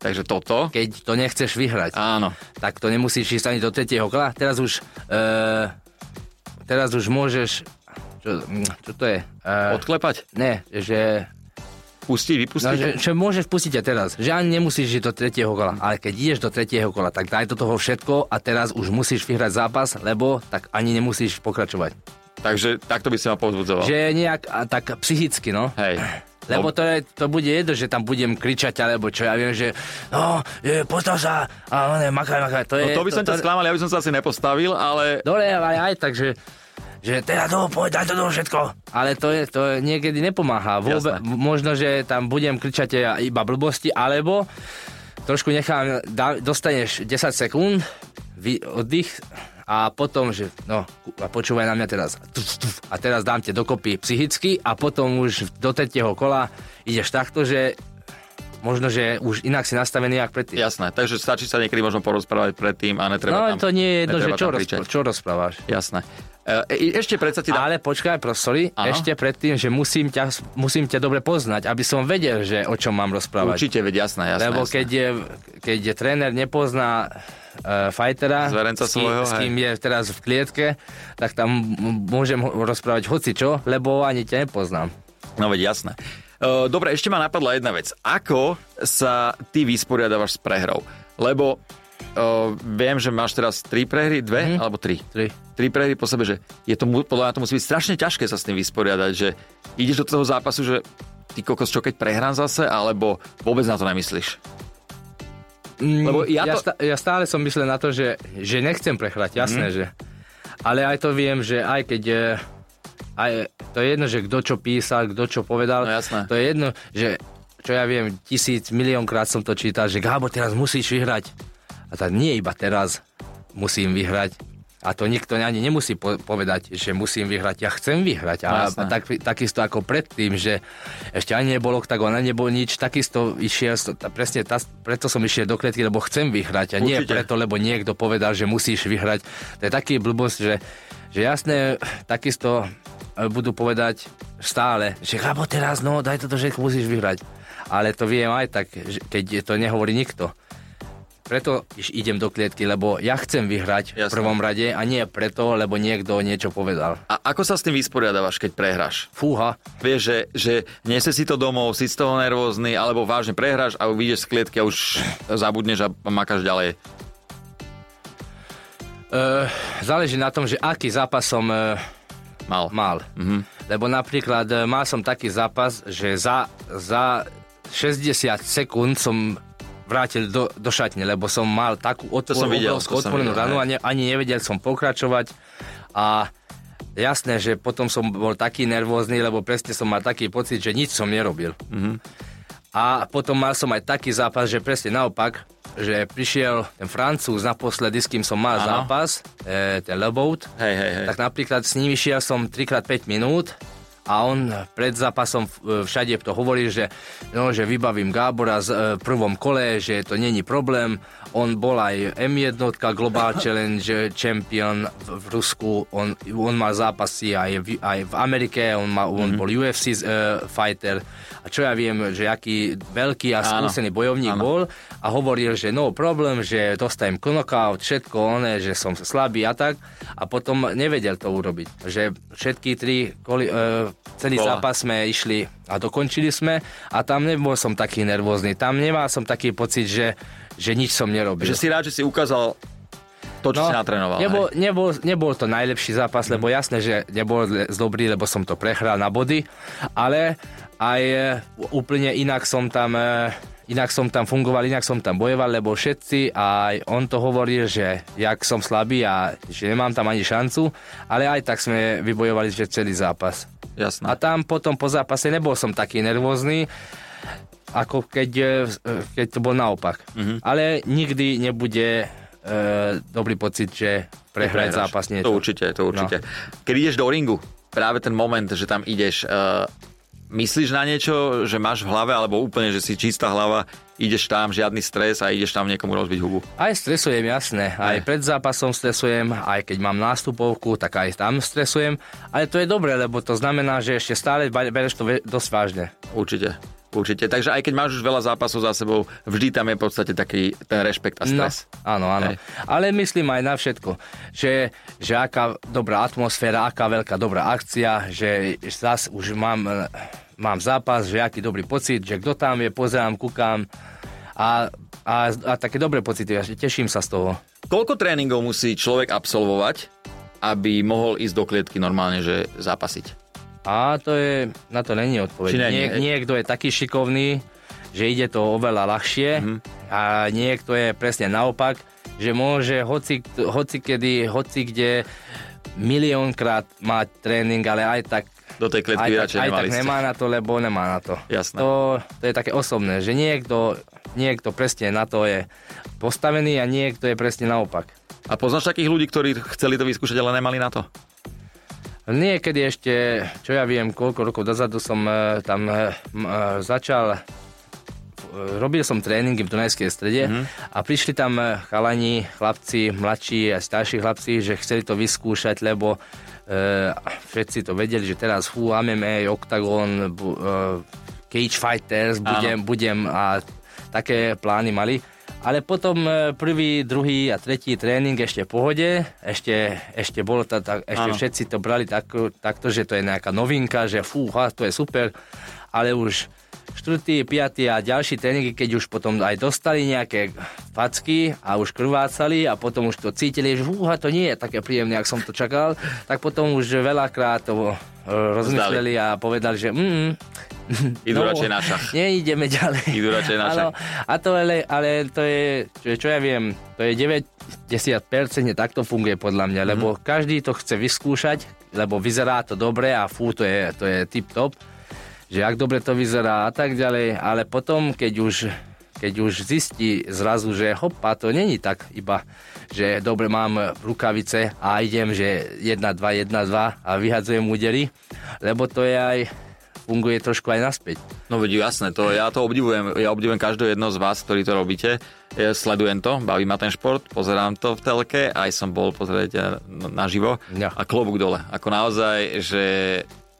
[SPEAKER 3] Takže toto.
[SPEAKER 1] Keď to nechceš vyhrať,
[SPEAKER 3] Áno.
[SPEAKER 1] tak to nemusíš ísť ani do tretieho kola. Teraz už, e, teraz už môžeš, čo, mm, čo to je? E,
[SPEAKER 3] Odklepať?
[SPEAKER 1] ne, že,
[SPEAKER 3] Pustiť,
[SPEAKER 1] no,
[SPEAKER 3] vypustiť?
[SPEAKER 1] že, že môžeš pustiť ťa teraz. Že ani nemusíš ísť do tretieho kola. Ale keď ideš do tretieho kola, tak daj do toho všetko a teraz už musíš vyhrať zápas, lebo tak ani nemusíš pokračovať.
[SPEAKER 3] Takže takto by si ma povzbudzoval.
[SPEAKER 1] Že nejak a, tak psychicky, no.
[SPEAKER 3] Hej.
[SPEAKER 1] Lebo to, je, to bude jedno, že tam budem kričať, alebo čo ja viem, že no, je, postav sa, a ne, makaj, makaj. To, No.
[SPEAKER 3] No,
[SPEAKER 1] je,
[SPEAKER 3] to by som ťa sklamal, ja by som sa asi nepostavil, ale...
[SPEAKER 1] Dobre, ale aj tak, že, že teda to, poď, daj to do všetko. Ale to, je, to je, niekedy nepomáha. Vôbe,
[SPEAKER 3] Jasné.
[SPEAKER 1] možno, že tam budem kričať ja iba blbosti, alebo trošku nechám, dá, dostaneš 10 sekúnd, vy, oddych a a potom, že no, a počúvaj na mňa teraz tuf, tuf, a teraz dám te dokopy psychicky a potom už do tretieho kola ideš takto, že možno, že už inak si nastavený, jak predtým.
[SPEAKER 3] Jasné, takže stačí sa niekedy možno porozprávať predtým a netreba
[SPEAKER 1] No to
[SPEAKER 3] tam,
[SPEAKER 1] nie je jedno, že
[SPEAKER 3] netreba
[SPEAKER 1] čo,
[SPEAKER 3] tam kričať.
[SPEAKER 1] rozpr- čo rozprávaš.
[SPEAKER 3] Jasné. E, ešte predsa ti dám...
[SPEAKER 1] Ale počkaj, profesori,
[SPEAKER 3] Áno.
[SPEAKER 1] ešte predtým, že musím ťa, musím ťa dobre poznať, aby som vedel, že o čom mám rozprávať.
[SPEAKER 3] Určite, veď jasné, jasné.
[SPEAKER 1] Lebo
[SPEAKER 3] jasné.
[SPEAKER 1] keď je, keď je tréner nepozná uh, fightera,
[SPEAKER 3] Zverenca
[SPEAKER 1] s, kým,
[SPEAKER 3] svojho,
[SPEAKER 1] s kým je teraz v klietke, tak tam m- môžem ho- rozprávať hocičo, lebo ani ťa nepoznám.
[SPEAKER 3] No veď jasné. E, Dobre, ešte ma napadla jedna vec. Ako sa ty vysporiadávaš s prehrou? Lebo uh, viem, že máš teraz tri prehry, dve
[SPEAKER 1] Mhm.
[SPEAKER 3] mm-hmm. alebo tri?
[SPEAKER 1] Tri.
[SPEAKER 3] Tri prehry po sebe, že je to, mu- podľa mňa to musí byť strašne ťažké sa s tým vysporiadať, že ideš do toho zápasu, že ty kokos, čo keď prehrám zase, alebo vôbec na to nemyslíš.
[SPEAKER 1] Mm,
[SPEAKER 3] Lebo ja
[SPEAKER 1] ja,
[SPEAKER 3] to- Mhm.
[SPEAKER 1] sta- ja stále som myslel na to, že, že nechcem prehrať, jasné, že. Ale aj to viem, že aj keď... e, Aj, to je jedno, že kto čo písal, kto čo povedal.
[SPEAKER 3] No jasné.
[SPEAKER 1] To je jedno, že čo ja viem, tisíc, miliónkrát som to čítal, že Gábo, teraz musíš vyhrať. A tak nie iba teraz musím vyhrať. A to nikto ani nemusí po- povedať, že musím vyhrať. Ja chcem vyhrať.
[SPEAKER 3] No
[SPEAKER 1] A,
[SPEAKER 3] jasné.
[SPEAKER 1] a tak, takisto ako predtým, že ešte ani nebol oktagon, ani nebol nič, takisto išiel, s- tá- presne tá, preto som išiel do klietky, lebo chcem vyhrať. A nie
[SPEAKER 3] Určite.
[SPEAKER 1] preto, lebo niekto povedal, že musíš vyhrať. To je taký blbosť, že, že jasné, takisto e, budú povedať stále, že Gabo teraz, no daj toto, že musíš vyhrať. Ale to viem aj tak, že- keď to nehovorí nikto. Preto iš- idem do klietky, lebo ja chcem vyhrať v
[SPEAKER 3] Jasné.
[SPEAKER 1] prvom rade a nie preto, lebo niekto niečo povedal.
[SPEAKER 3] A ako sa s tým vysporiadávaš, keď prehráš?
[SPEAKER 1] Fúha,
[SPEAKER 3] Vieš, že, že nese si to domov, si z toho nervózny, alebo vážne prehráš a vyjdeš z klietky a už zabudneš a makáš ďalej.
[SPEAKER 1] e, záleží na tom, že aký zápas som e,
[SPEAKER 3] Mal.
[SPEAKER 1] Mal. Mhm. Lebo napríklad e, mal som taký zápas, že za, za 60 sekúnd som vrátil do, do šatne, lebo som mal takú
[SPEAKER 3] To
[SPEAKER 1] otvorenú,
[SPEAKER 3] som videl, to som
[SPEAKER 1] otvorenú
[SPEAKER 3] videl,
[SPEAKER 1] ranu
[SPEAKER 3] hej.
[SPEAKER 1] a ne, ani nevedel som pokračovať. A jasné, že potom som bol taký nervózny, lebo presne som mal taký pocit, že nič som nerobil.
[SPEAKER 3] Mhm.
[SPEAKER 1] A potom mal som aj taký zápas, že presne naopak, že prišiel ten Francúz naposledy, s kým som mal
[SPEAKER 3] Áno.
[SPEAKER 1] zápas, e, ten Lebout,
[SPEAKER 3] Hej, hej, hej.
[SPEAKER 1] tak napríklad s ním išiel som 3x5 minút a on pred zápasom v- e, všade to hovorí, že, no, že vybavím Gábora z, e, v prvom kole, že to není problém. On bol aj M1 Global Challenge champion v, v Rusku, on, on mal zápasy aj v, aj v Amerike, on, ma,
[SPEAKER 3] Mhm.
[SPEAKER 1] on bol UFC uh, fighter a čo ja viem, že aký veľký a
[SPEAKER 3] Áno.
[SPEAKER 1] skúsený bojovník
[SPEAKER 3] Áno.
[SPEAKER 1] bol a hovoril, že no problém, že dostajem knockout, všetko oné, že som slabý a tak a potom nevedel to urobiť, že všetky tri koli, e, celý
[SPEAKER 3] Kola.
[SPEAKER 1] zápas sme išli a dokončili sme a tam nebol som taký nervózny, tam nemal som taký pocit, že, že nič som nerobil.
[SPEAKER 3] Že si rád, že si ukázal to, čo no, si natrénoval.
[SPEAKER 1] Nebol,
[SPEAKER 3] hej. Mhm.
[SPEAKER 1] nebol, nebol to najlepší zápas, lebo jasné, že nebol le- dobrý, lebo som to prehral na body, ale aj e, úplne inak som tam e, inak som tam fungoval, inak som tam bojoval, lebo všetci aj on to hovoril, že jak som slabý a že nemám tam ani šancu, ale aj tak sme vybojovali že celý zápas.
[SPEAKER 3] Jasné.
[SPEAKER 1] A tam potom po zápase nebol som taký nervózny, ako keď, e, keď to bol naopak.
[SPEAKER 3] Mhm.
[SPEAKER 1] Ale nikdy nebude e, dobrý pocit, že prehrať
[SPEAKER 3] Prehráš.
[SPEAKER 1] zápas niečo.
[SPEAKER 3] To určite, to určite. No. Keď ideš do ringu, práve ten moment, že tam ideš, uh, myslíš na niečo, že máš v hlave, alebo úplne, že si čistá hlava, ideš tam, žiadny stres a ideš tam niekomu rozbiť hubu.
[SPEAKER 1] Aj stresujem, jasné. Aj
[SPEAKER 3] Hej.
[SPEAKER 1] pred zápasom stresujem, aj keď mám nástupovku, tak aj tam stresujem. Ale to je dobré, lebo to znamená, že ešte stále ba- bereš to ve- dosť vážne.
[SPEAKER 3] Určite. Určite. Takže aj keď máš už veľa zápasov za sebou, vždy tam je v podstate taký ten rešpekt a stres.
[SPEAKER 1] No, áno, áno.
[SPEAKER 3] Hej.
[SPEAKER 1] Hej. Ale myslím aj na všetko. Že, že aká dobrá atmosféra, aká veľká dobrá akcia, že zas už mám, e, mám zápas, že aký dobrý pocit, že kto tam je, pozerám, kúkam a, a, a také dobré pocity. Ja teším sa z toho.
[SPEAKER 3] Koľko tréningov musí človek absolvovať, aby mohol ísť do klietky normálne, že zápasiť?
[SPEAKER 1] A to je, na to není odpoveď.
[SPEAKER 3] Či
[SPEAKER 1] Nie,
[SPEAKER 3] není, hej?
[SPEAKER 1] niekto je taký šikovný, že ide to oveľa ľahšie
[SPEAKER 3] Mhm.
[SPEAKER 1] a niekto je presne naopak, že môže hoci, hoci kedy, hoci kde miliónkrát mať tréning, ale aj tak
[SPEAKER 3] Do tej
[SPEAKER 1] aj,
[SPEAKER 3] klietky by
[SPEAKER 1] tak,
[SPEAKER 3] radšej
[SPEAKER 1] aj
[SPEAKER 3] nemali
[SPEAKER 1] tak
[SPEAKER 3] ísť.
[SPEAKER 1] nemá na to, lebo nemá na to.
[SPEAKER 3] Jasné.
[SPEAKER 1] To, to je také osobné, že niekto, niekto presne na to je postavený a niekto je presne naopak.
[SPEAKER 3] A poznáš takých ľudí, ktorí chceli to vyskúšať, ale nemali na to?
[SPEAKER 1] Niekedy ešte, čo ja viem, koľko rokov dozadu som e, tam e, m, e, začal, e, robil som tréningy v Dunajskej strede mm-hmm. a prišli tam e, chalani, chlapci, mladší a starší chlapci, že chceli to vyskúšať, lebo e, všetci to vedeli, že teraz fú, MMA, Octagon, bu, e, Cage Fighters, budem, budem a také plány mali. Ale potom e, prvý, druhý a tretí tréning ešte v pohode, ešte, ešte bolo tá, tá, ešte
[SPEAKER 3] Áno.
[SPEAKER 1] všetci to brali tak, takto, že to je nejaká novinka, že fú, ha, to je super, ale už štvrtý, piatý a ďalší tréningy, keď už potom aj dostali nejaké facky a už krvácali a potom už to cítili, že fúha, to nie je také príjemné, ak som to čakal, tak potom už veľakrát to e, rozmysleli a povedali, že mm, No.
[SPEAKER 3] Idú radšej na šach.
[SPEAKER 1] Neideme ďalej.
[SPEAKER 3] Idú radšej na
[SPEAKER 1] Áno, A to ale, ale to je, čo, čo ja viem, to je 90% tak to funguje podľa mňa, lebo každý to chce vyskúšať, lebo vyzerá to dobre a fú, to je, to je tip-top, že ak dobre to vyzerá a tak ďalej, ale potom, keď už keď už zistí zrazu, že hopa, to není tak iba, že dobre mám rukavice a idem, že 1, 2, 1, 2 a vyhadzujem údery, lebo to je aj, funguje trošku aj naspäť.
[SPEAKER 3] No veď jasné, to, ja to obdivujem, ja obdivujem každé jedno z vás, ktorí to robíte. Ja sledujem to, baví ma ten šport, pozerám to v telke, aj som bol pozrieť eh, n- naživo
[SPEAKER 1] Ja.
[SPEAKER 3] a klobúk dole. Ako naozaj, že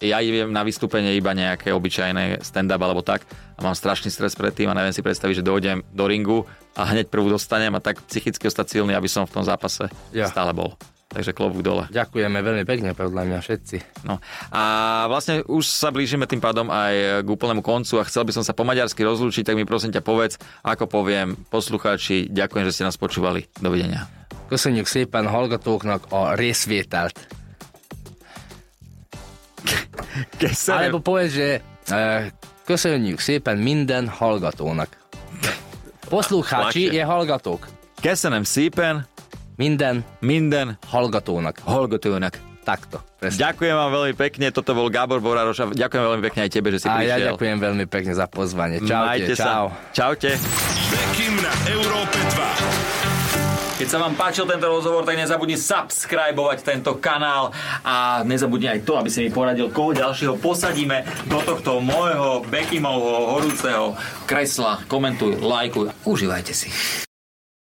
[SPEAKER 3] ja idem na vystúpenie iba nejaké obyčajné stand-up alebo tak a mám strašný stres predtým a neviem si predstaviť, že dojdem do ringu a hneď prvú dostanem a tak psychicky ostať silný, aby som v tom zápase
[SPEAKER 1] Ja.
[SPEAKER 3] stále bol. Takže klobúk dole.
[SPEAKER 1] Ďakujeme veľmi pekne, podľa mňa všetci.
[SPEAKER 3] No. A vlastne už sa blížime tým pádom aj k úplnému koncu a chcel by som sa po maďarsky rozlúčiť, tak mi prosím ťa povedz, ako poviem poslucháči, ďakujem, že ste nás počúvali. Dovidenia.
[SPEAKER 1] Köszönjük szépen hallgatóknak a részvételt. Alebo povedz, že e, köszönjük szépen minden hallgatónak. Poslucháči
[SPEAKER 3] Ľahšie.
[SPEAKER 1] je hallgatók.
[SPEAKER 3] Kesenem sípen,
[SPEAKER 1] Minden
[SPEAKER 3] minden
[SPEAKER 1] hallgatónak.
[SPEAKER 3] holgotőnek.
[SPEAKER 1] Takto. Presne.
[SPEAKER 3] Ďakujem vám veľmi pekne, toto bol Gábor Boraroš a ďakujem veľmi pekne aj tebe, že si
[SPEAKER 1] A ja
[SPEAKER 3] prišiel.
[SPEAKER 1] ďakujem veľmi pekne za pozvanie. Čaute,
[SPEAKER 3] Majte
[SPEAKER 1] čau.
[SPEAKER 3] sa. Čaute.
[SPEAKER 4] Bekim na Európe 2.
[SPEAKER 3] Keď sa vám páčil tento rozhovor, tak nezabudni subscribovať tento kanál a nezabudni aj to, aby si mi poradil, koho ďalšieho posadíme do tohto môjho Bekimovho horúceho kresla. Komentuj, lajkuj, užívajte si.